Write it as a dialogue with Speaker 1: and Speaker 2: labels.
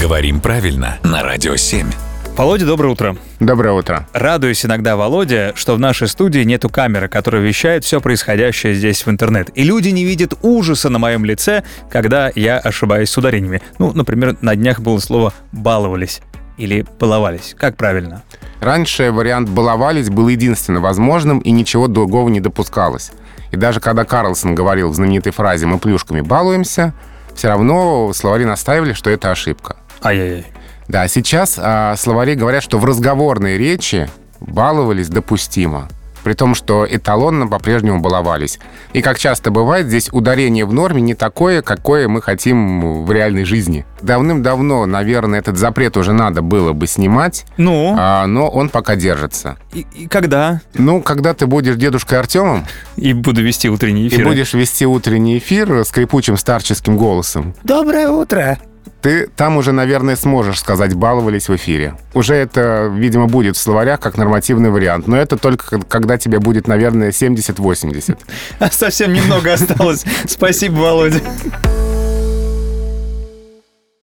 Speaker 1: Говорим правильно на Радио 7.
Speaker 2: Володя, доброе утро.
Speaker 3: Доброе утро.
Speaker 2: Радуюсь иногда, Володя, что в нашей студии нету камеры, которая вещает все происходящее здесь в интернет. И люди не видят ужаса на моем лице, когда я ошибаюсь с ударениями. Ну, например, на днях было слово «баловались» или «баловались». Как правильно?
Speaker 3: Раньше вариант «баловались» был единственно возможным и ничего другого не допускалось. И даже когда Карлсон говорил в знаменитой фразе «мы плюшками балуемся», все равно словари настаивали, что это ошибка.
Speaker 2: Ай-яй-яй.
Speaker 3: Да, сейчас а, словари говорят, что в разговорной речи баловались допустимо. При том, что эталонно по-прежнему баловались. И, как часто бывает, здесь ударение в норме не такое, какое мы хотим в реальной жизни. Давным-давно, наверное, этот запрет уже надо было бы снимать,
Speaker 2: Ну,
Speaker 3: а, но он пока держится.
Speaker 2: и, и когда?
Speaker 3: Ну, когда ты будешь дедушкой Артемом
Speaker 2: И буду вести утренний
Speaker 3: и
Speaker 2: эфир.
Speaker 3: будешь вести утренний эфир скрипучим старческим голосом,
Speaker 2: Доброе утро.
Speaker 3: ты там уже, наверное, сможешь сказать «баловались в эфире». Уже это, видимо, будет в словарях как нормативный вариант, но это только к- когда тебе будет, наверное, 70-80.
Speaker 2: Совсем немного осталось. Спасибо, Володя.